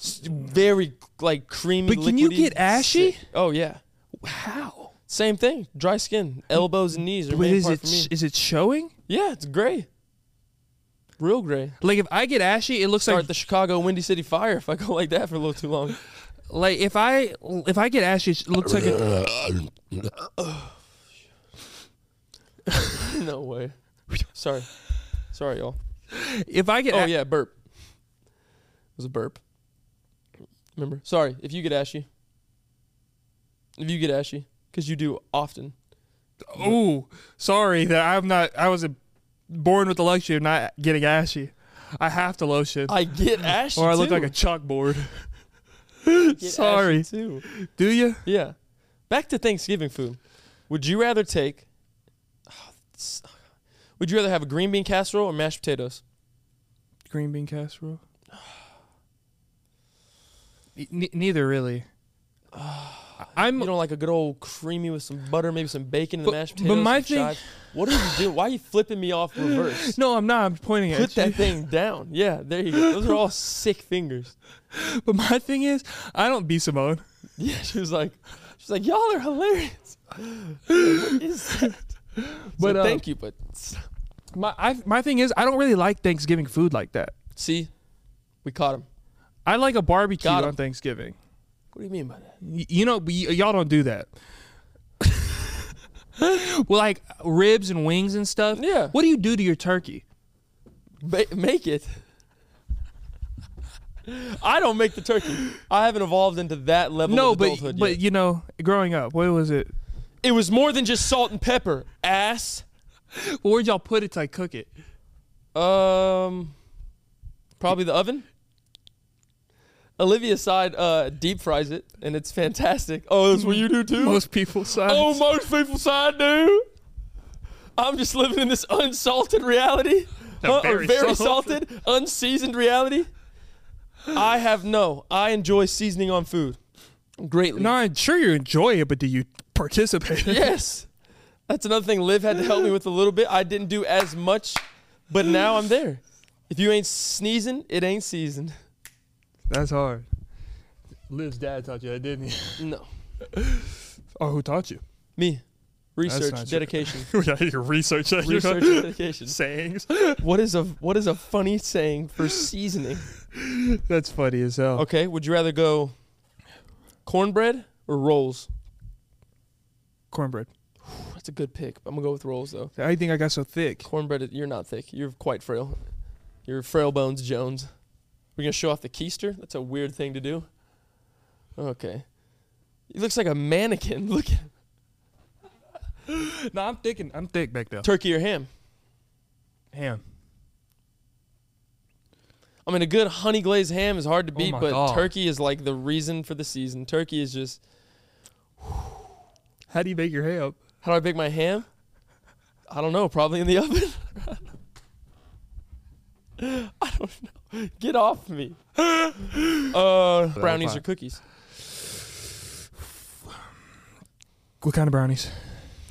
s- very like creamy. But can you liquidy, get ashy? sick. Oh yeah. How? Same thing. Dry skin, elbows and knees are But main is part it for me. sh- is it showing? yeah, it's gray. Real gray. Like if I get ashy, it looks Start like the Chicago Windy City Fire if I go like that for a little too long. like if I if I get ashy, it looks like a, no way. Sorry. Sorry, y'all. if I get Oh a- yeah, burp. It was a burp. Remember? Sorry, if you get ashy. If you get ashy, because you do often. Ooh, sorry that I'm not. I was born with the luxury of not getting ashy. I have to lotion, I get ashy. or I look too. like a chalkboard. Get ashy sorry. too. Do you? Yeah. Back to Thanksgiving food. Would you rather take? s- Would you rather have a green bean casserole or mashed potatoes? Green bean casserole. N- neither really. I'm You don't like a good old creamy with some butter, maybe some bacon in the But- mashed but potatoes. my some thing- chives. what are you doing? Why are you flipping me off reverse? no, I'm not. I'm pointing Put at you. that thing down. Yeah, there you go. Those are all sick fingers. But my thing is, I don't be Simone. Yeah, she was like, she's like, y'all are hilarious. What is that? But, But uh, thank you, but My I, my thing is, I don't really like Thanksgiving food like that. see, we caught him. I like a barbecue Got 'em. on Thanksgiving. What do you mean by that? Y- you know y- y'all don't do that well like ribs and wings and stuff Yeah. what do you do to your turkey Ba- make it. I don't make the turkey. I haven't evolved into that level no of but adulthood but yet. you know growing up what was it it was more than just salt and pepper, ass. where'd y'all put it to like cook it Um, probably the oven. Olivia's side uh, deep fries it, and it's fantastic. Oh, that's what you do too. most people size oh, most people side do. I'm just living in this unsalted reality, Huh, or very very salted. salted, unseasoned reality. I have no. I enjoy seasoning on food greatly. no i'm sure you enjoy it but do you participate Yes. That's another thing Liv had to help me with a little bit. I didn't do as much, but now I'm there. If you ain't sneezing, it ain't seasoned. that's hard liv's dad taught you that didn't he No. oh who taught you Me. not Research, true. dedication. your research Research and dedication. sayings What is a what is a funny saying for seasoning? that's funny as hell Okay, would you rather go cornbread or rolls? cornbread That's a good pick. I'm gonna go with rolls though. how do you think i got so thick Cornbread, you're not thick. You're quite frail. You're frail bones, Jones. We're gonna show off the keister. That's a weird thing to do. Okay. He looks like a mannequin. Look, at no i'm thick and i'm thick back there turkey or ham. ham I mean, a good honey glazed ham is hard to beat, Oh my but God. turkey is like the reason for the season. Turkey is just How do you make your ham? how do I bake my ham? I don't know. Probably in the oven. I don't know. Get off me. Uh, brownies or cookies? What kind of brownies?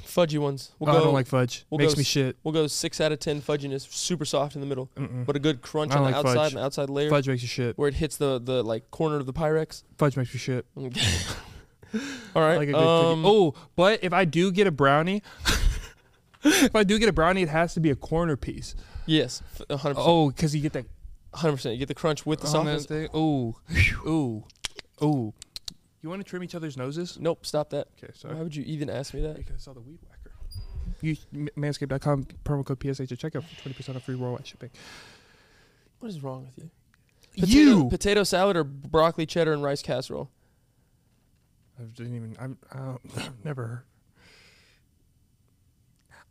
Fudgy ones. We'll Oh, I go- don't like fudge. we'll Makes go me s- shit. We'll go six out of ten fudginess, super soft in the middle, Mm-mm. but a good crunch I on the like outside, fudge. and the outside layer Fudge makes you shit. where it hits the the like corner of the Pyrex. Fudge makes me shit. Okay. All right. I like a good um, cookie. Oh, but if I do get a brownie, if I do get a brownie, it has to be a corner piece. yes, f- a hundred percent. Oh, because you get that Hundred percent. You get the crunch with the on that sauce. thing. Ooh, ooh, ooh. You want to trim each other's noses? Nope. Stop that. Okay, sorry. Why would you even ask me that? Because I saw the weed whacker. You m- manscaped.com promo code PSH at checkout for twenty percent off free worldwide shipping. What is wrong with you? Potato, You. potato salad or broccoli cheddar and rice casserole? I didn't even. I'm. I don't, I've never.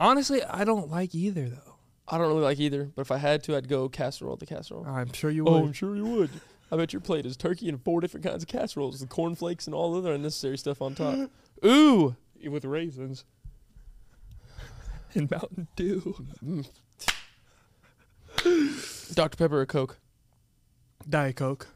Honestly, I don't like either though. I don't really like either, but if I had to, I'd go casserole to casserole. I'm sure you Oh, I'm would. sure you would. I bet your plate is turkey and four different kinds of casseroles with cornflakes and all other unnecessary stuff on top. Ooh, With raisins. And Mountain Dew. Dr. Pepper or Coke? Diet Coke.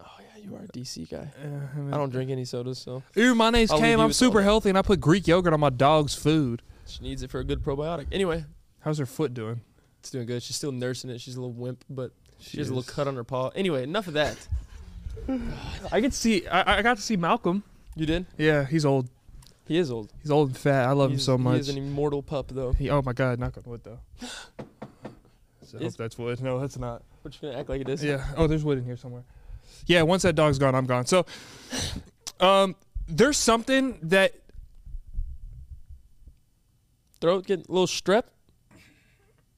Oh yeah, you are a DC guy. Uh, I mean- I don't drink any sodas, so Ooh, my name's I'll leave Cam. you I'm with all super that. healthy, and I put Greek yogurt on my dog's food. she needs it for a good probiotic. Anyway, How's her foot doing? it's doing good. She's still nursing it. She's a little wimp, but she, has a is. little cut on her paw. Anyway, enough of that. I get to see. I, I got to see Malcolm. You did? Yeah, he's old. He is old. He's old and fat. I love him He's- so He much. is an immortal pup, though. He, oh my God! Knock on wood, though. So I hope It's- that's wood. No, that's not. But you're gonna act like it is. Yeah. Oh, there's wood in here somewhere. Yeah. Once that dog's gone, I'm gone. So, um, there's something that Throat getting a little strep, a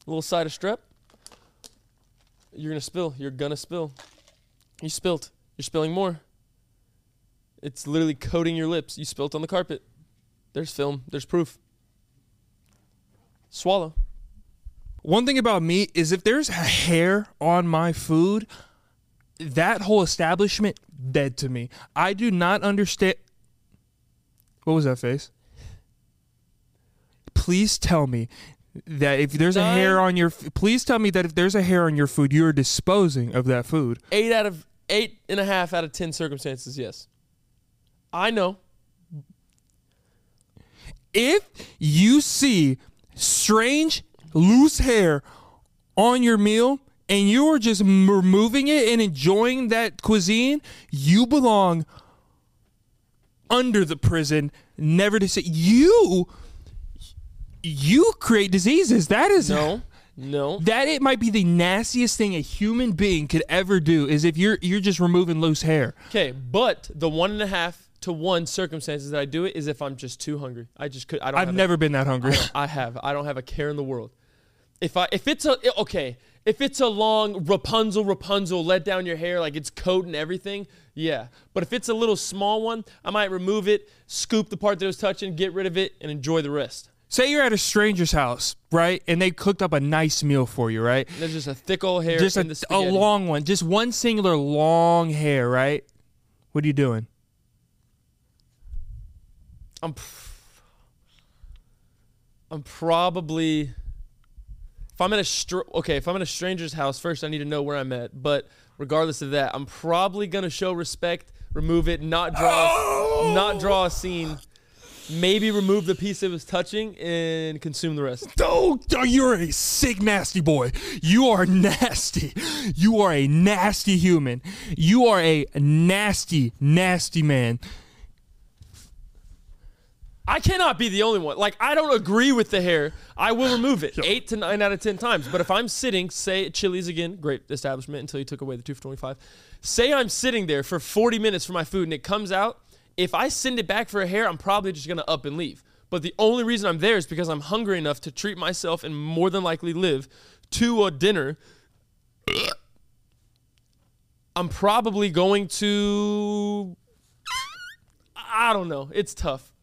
little side of strep. You're gonna spill. You're gonna spill. You spilt. You're spilling more. It's literally coating your lips. You spilt on the carpet. There's film. There's proof. Swallow. one thing about me is if there's a hair on my food, that whole establishment dead to me. I do not understand. What was that face? Please tell me that if there's a hair Nine. on your, f- please tell me that if there's a hair on your food, you're disposing of that food. Eight out of eight and a half out of ten circumstances. Yes. I know. If you see strange loose hair on your meal and you are just m- removing it and enjoying that cuisine, you belong under the prison, never to see you. You create diseases. That is No. No. that it might be the nastiest thing a human being could ever do is if you're you're just removing loose hair. Okay, but the one and a half to one circumstances that I do it is if I'm just too hungry. I just could. I don't. I've have a- never been that hungry. I have. I don't have a care in the world. If I if it's a okay, if it's a long Rapunzel Rapunzel let down your hair like it's coat and everything, yeah. But if it's a little small one, I might remove it, scoop the part that was touching, get rid of it, and enjoy the rest. Say you're at a stranger's house, right? And they cooked up a nice meal for you, right? There's just a thick old hair Just in a, the a spaghetti. long one, just one singular long hair, right? What are you doing? I'm pr- I'm probably if I'm at a str- okay, if I'm at a stranger's house, first I need to know where I'm at. But regardless of that, I'm probably gonna show respect, remove it, not draw, not draw a scene, maybe remove the piece it was touching, and consume the rest. Oh, oh, you're a sick, nasty boy. You are nasty. You are a nasty human. You are a nasty, nasty man. I cannot be the only one. Like I don't agree with the hair. I will remove it eight to nine out of ten times. But if I'm sitting, say at Chili's again, great establishment until you took away the two for twenty five. Say I'm sitting there for forty minutes for my food and it comes out. If I send it back for a hair, I'm probably just gonna up and leave. But the only reason I'm there is because I'm hungry enough to treat myself and more than likely live to a dinner. I'm probably going to. I don't know. It's tough.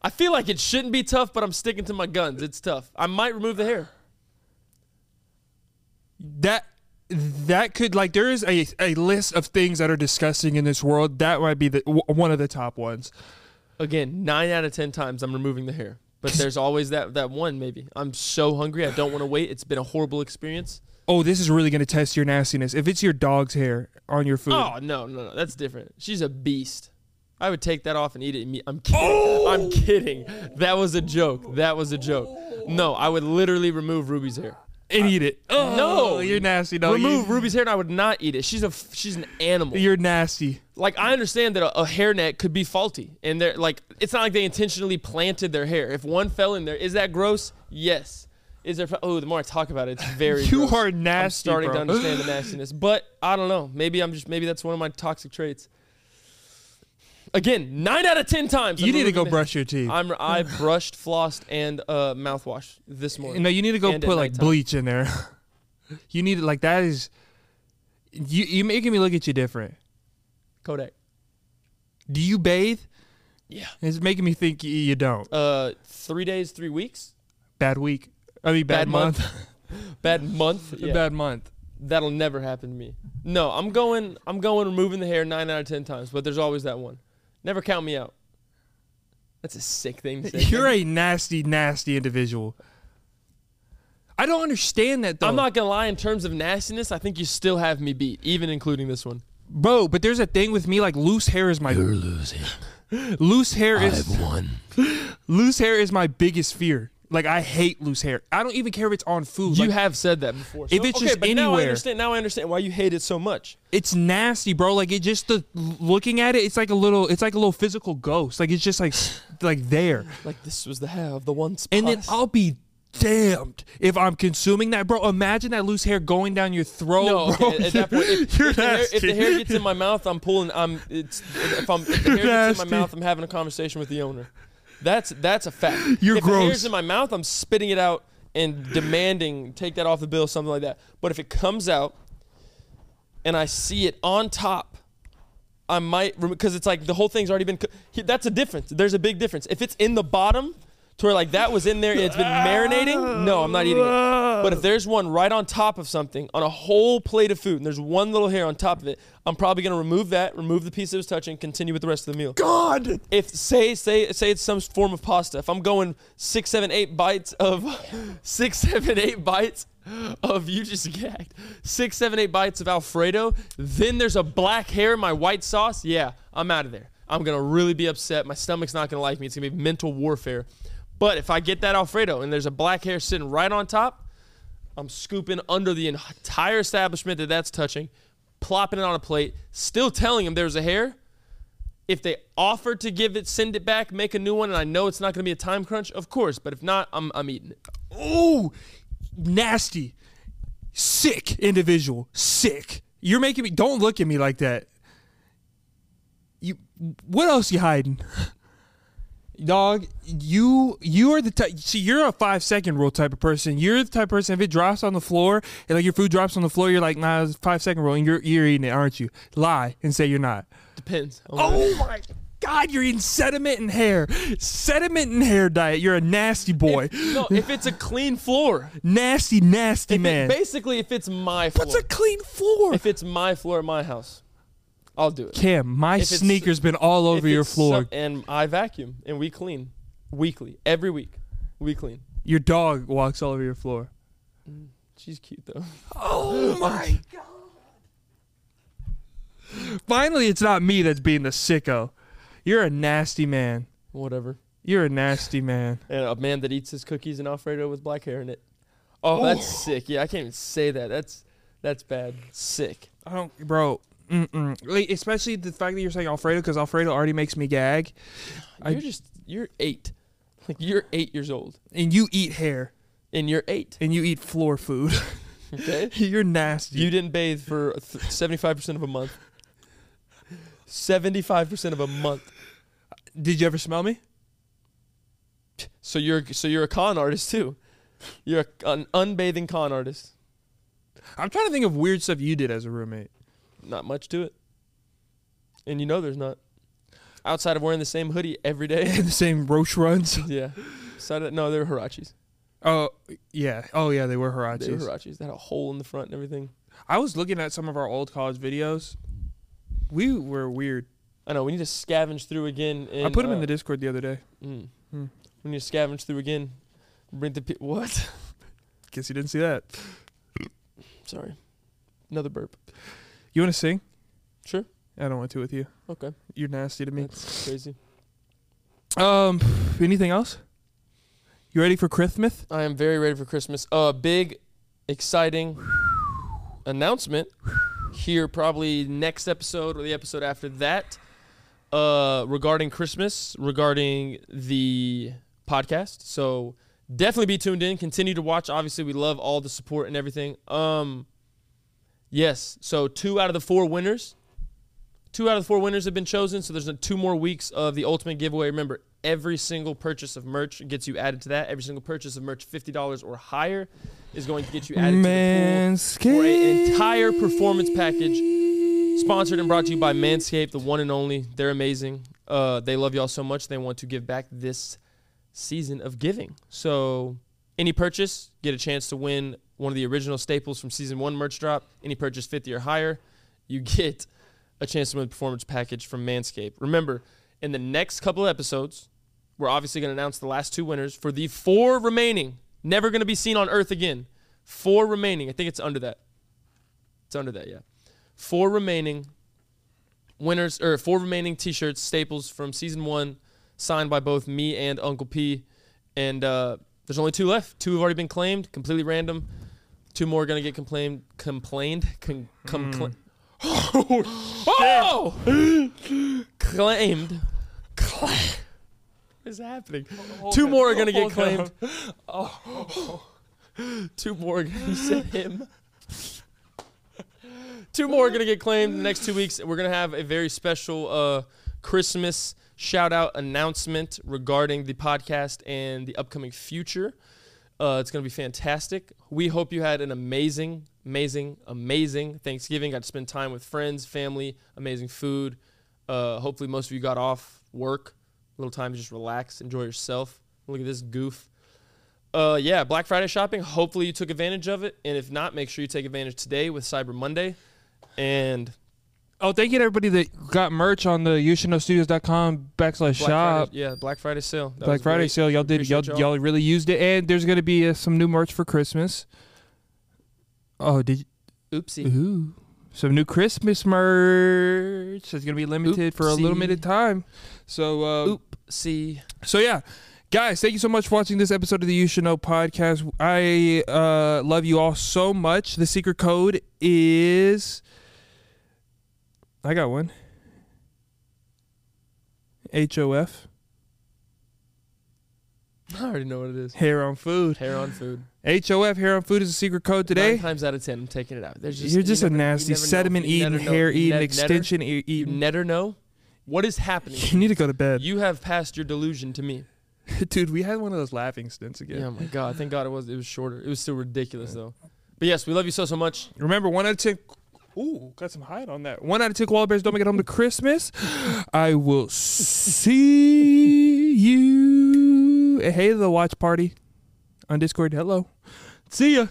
I feel like it shouldn't be tough, but I'm sticking to my guns. It's tough. I might remove the hair. That that could like there is a, a list of things that are disgusting in this world. That might be the w- one of the top ones. Again, nine out of ten times I'm removing the hair. But there's always that that one maybe. I'm so hungry. I don't want to wait. It's been a horrible experience. Oh, this is really going to test your nastiness. If it's your dog's hair on your food. Oh no, no, no. That's different. She's a beast. I would take that off and eat it. imme- I'm kidding. I'm kidding. That was a joke. That was a joke. No, I would literally remove Ruby's hair. and eat it. Oh, no. you're nasty. No, remove you, Ruby's hair and I would not eat it. She's a f- she's an animal. You're nasty. like I understand that a, a hairnet could be faulty, and they're like, it's not like they intentionally planted their hair. If one fell in there, is that gross? Yes. Is there? Oh, the more I talk about it, it's very. you gross. are nasty, I'm starting to bro. understand the nastiness, but I don't know. Maybe I'm just. Maybe that's one of my toxic traits. Again, nine out of ten times. You I'm need to go removing it. brush your teeth. I'm. I brushed, flossed, and uh, mouthwash this morning. no, you need to go and at put like nighttime. bleach in there. you need like that is. You you making me look at you different. Kodak. Do you bathe? Yeah. It's making me think you, you don't. Uh, three days, three weeks, Bad week. I mean, bad, Bad month. month. bad month. Yeah. Bad month. That'll never happen to me. No, I'm going. I'm going removing the hair nine out of ten times, but there's always that one. Never count me out. That's a sick thing to say. You're a nasty, nasty individual. I don't understand that though. I'm not gonna lie. In terms of nastiness, I think you still have me beat, even including this one. bro. But there's a thing with me like loose hair is my losing. loose hair is won. loose hair is my biggest fear. Like I hate loose hair. I don't even care if it's on food. You Like, have said that before. If it's okay, just but now I anywhere. understand. Now I understand why you hate it so much. it's nasty, bro. Like it just the looking at it, it's like a little, it's like a little physical ghost. Like it's just like s- like there. Like this was the hair of the one spot. And then I'll be damned if I'm consuming that, bro. Imagine that loose hair going down your throat. No, bro. okay, at that point, if, You're if the hair, if the nasty. hair gets in my mouth, I'm pulling. I'm. It's if I'm. If the hair You're gets in nasty. my mouth, I'm having a conversation with the owner. That's that's a fact. You're if the gross. hair's in my mouth, I'm spitting it out and demanding take that off the bill, something like that. But if it comes out, and I see it on top. I might because it's like the whole thing's already been. co- he- That's a difference. There's a big difference. If it's in the bottom, to where like that was in there, it's been marinating. No, I'm not eating it. But if there's one right on top of something, on a whole plate of food, and there's one little hair on top of it, I'm probably gonna remove that, remove the piece that was touching, continue with the rest of the meal. God. If say say say it's some form of pasta, if I'm going six seven eight bites of six seven eight bites of you just gagged six seven eight bites of Alfredo, then there's a black hair in my white sauce. Yeah, I'm out of there. I'm gonna really be upset. My stomach's not gonna like me. It's gonna be mental warfare. But if I get that Alfredo and there's a black hair sitting right on top, I'm scooping under the entire establishment that that's touching, plopping it on a plate, still telling them there's a hair. If they offer to give it, send it back, make a new one, and I know it's not going to be a time crunch, of course. But if not, I'm, I'm eating it. Oh, nasty, sick individual, sick. You're making me. Don't look at me like that. You. What else you hiding? Dog, you you are the type. See, you're a five second rule type of person. You're the type of person if it drops on the floor and like your food drops on the floor, you're like, nah, it's five second rule, and you're you're eating it, aren't you? Lie and say you're not. Depends. on what it is. Oh my God, you're eating sediment and hair, sediment and hair diet. You're a nasty boy, No, if it's a clean floor, nasty, nasty If it- man. basically, if it's my floor, What's a clean floor? if it's my floor at my house, I'll do it. Kim, my if it's- sneakers been all If over your it's floor. some- and I vacuum and we clean weekly, every week, we clean. your dog walks all over your floor. She's cute though. Oh my god. Finally, it's not me that's being the sicko. You're a nasty man. Whatever. You're a nasty man. And a man that eats his cookies and Alfredo with black hair in it. Oh, that's sick. Yeah, I can't even say that. That's that's bad. Sick. I don't, bro. Mm-mm. Like, especially the fact that you're saying Alfredo because Alfredo already makes me gag, I- you're just you're eight. Like you're eight years old. and you eat hair And you're eight. and you eat floor food. Okay? you're nasty. you didn't bathe for seventy five percent of a month. Seventy five percent of a month. Did you ever smell me? So you're so you're a con artist too. You're a, an unbathing con artist. I'm trying to think of weird stuff you did as a roommate. Not much to it. And you know there's not. Outside of wearing the same hoodie every day. And the same Roche runs. yeah. Outside of- no, they're Hirachis. Oh yeah. Oh yeah, they were Hirachis. They were Hirachis. They had a hole in the front and everything. I was looking at some of our old college videos. We were weird. I know. We need to scavenge through again. And, I put them in uh, the Discord the other day. mm. Hmm. We need to scavenge through again. Bring the pe- what? Guess you didn't see that. Sorry, another burp. You want to sing? Sure. I don't want to with you. Okay. You're nasty to me. That's crazy. Um, anything else? You ready for Christmas? I am very ready for Christmas. Uh, big, exciting announcement here probably next episode or the episode after that uh, regarding Christmas, regarding the podcast. So definitely be tuned in. Continue to watch. Obviously, we love all the support and everything. Um, yes. So two out of the four winners, two out of the four winners have been chosen. So there's uh, two more weeks of the ultimate giveaway. Remember, every single purchase of merch gets you added to that. Every single purchase of merch, fifty dollars or higher, is going to get you added to the pool for an entire performance package sponsored and brought to you by Manscaped, the one and only. They're amazing. Uh, they love y'all so much. They want to give back this season of giving. So, any purchase, get a chance to win one of the original staples from season one merch drop. Any purchase 50 or higher, you get a chance to win the performance package from Manscaped. Remember, in the next couple of episodes, we're obviously going to announce the last two winners for the four remaining, never going to be seen on Earth again. Four remaining. I think it's under that. It's under that, yeah four remaining winners or four remaining t-shirts staples from season one signed by both me and uncle p and uh, there's only two left two have already been claimed completely random two more are gonna get complained complained con, com, oh, claimed Cla- what is happening two more are gonna get claimed oh. two more are gonna you said him two more are gonna get claimed in the next two weeks. We're gonna have a very special uh, Christmas shout out announcement regarding the podcast and the upcoming future. Uh, it's gonna be fantastic. We hope you had an amazing, amazing, amazing Thanksgiving. Got to spend time with friends, family, amazing food. Uh, hopefully, most of you got off work, a little time to just relax, enjoy yourself. Look at this goof. Uh, yeah, Black Friday shopping. Hopefully you took advantage of it, and if not, make sure you take advantage today with Cyber Monday. And Oh, thank you to everybody that got merch on the YouShouldKnowStudios.com backslash Black shop. Friday, yeah, Black Friday sale. That Black was Friday great. sale. Y'all did y'all, Appreciate y'all really used it, and there's gonna be uh, some new merch for Christmas. Oh, did you? Oopsie. Ooh. Some new Christmas merch. It's gonna be limited for a little Oopsie. bit of time. So, uh, Oopsie. so yeah, guys, thank you so much for watching this episode of the You Should Know podcast. I uh, love you all so much. The secret code is. I got one. H O F. I already know what it is. Hair on food. Hair on food. H O F. Hair on food is the secret code Nine today. times out of ten, I'm taking it out. There's just, You're you just never- a you nasty never know. sediment You eating, never know. hair You eating, ne- netter- extension e- You eating. never know what is happening. You need to go to bed, You have passed your delusion to me. dude. We had one of those laughing stints Yeah. oh again. my God. Thank God it was. It was shorter. It was still ridiculous though. But yes, we love you so so much. Remember, one out of ten. Ooh, got some hide on that. One out of ten koala bears don't make it home to Christmas. I will see you. Hey, the watch party on Discord. Hello. See ya.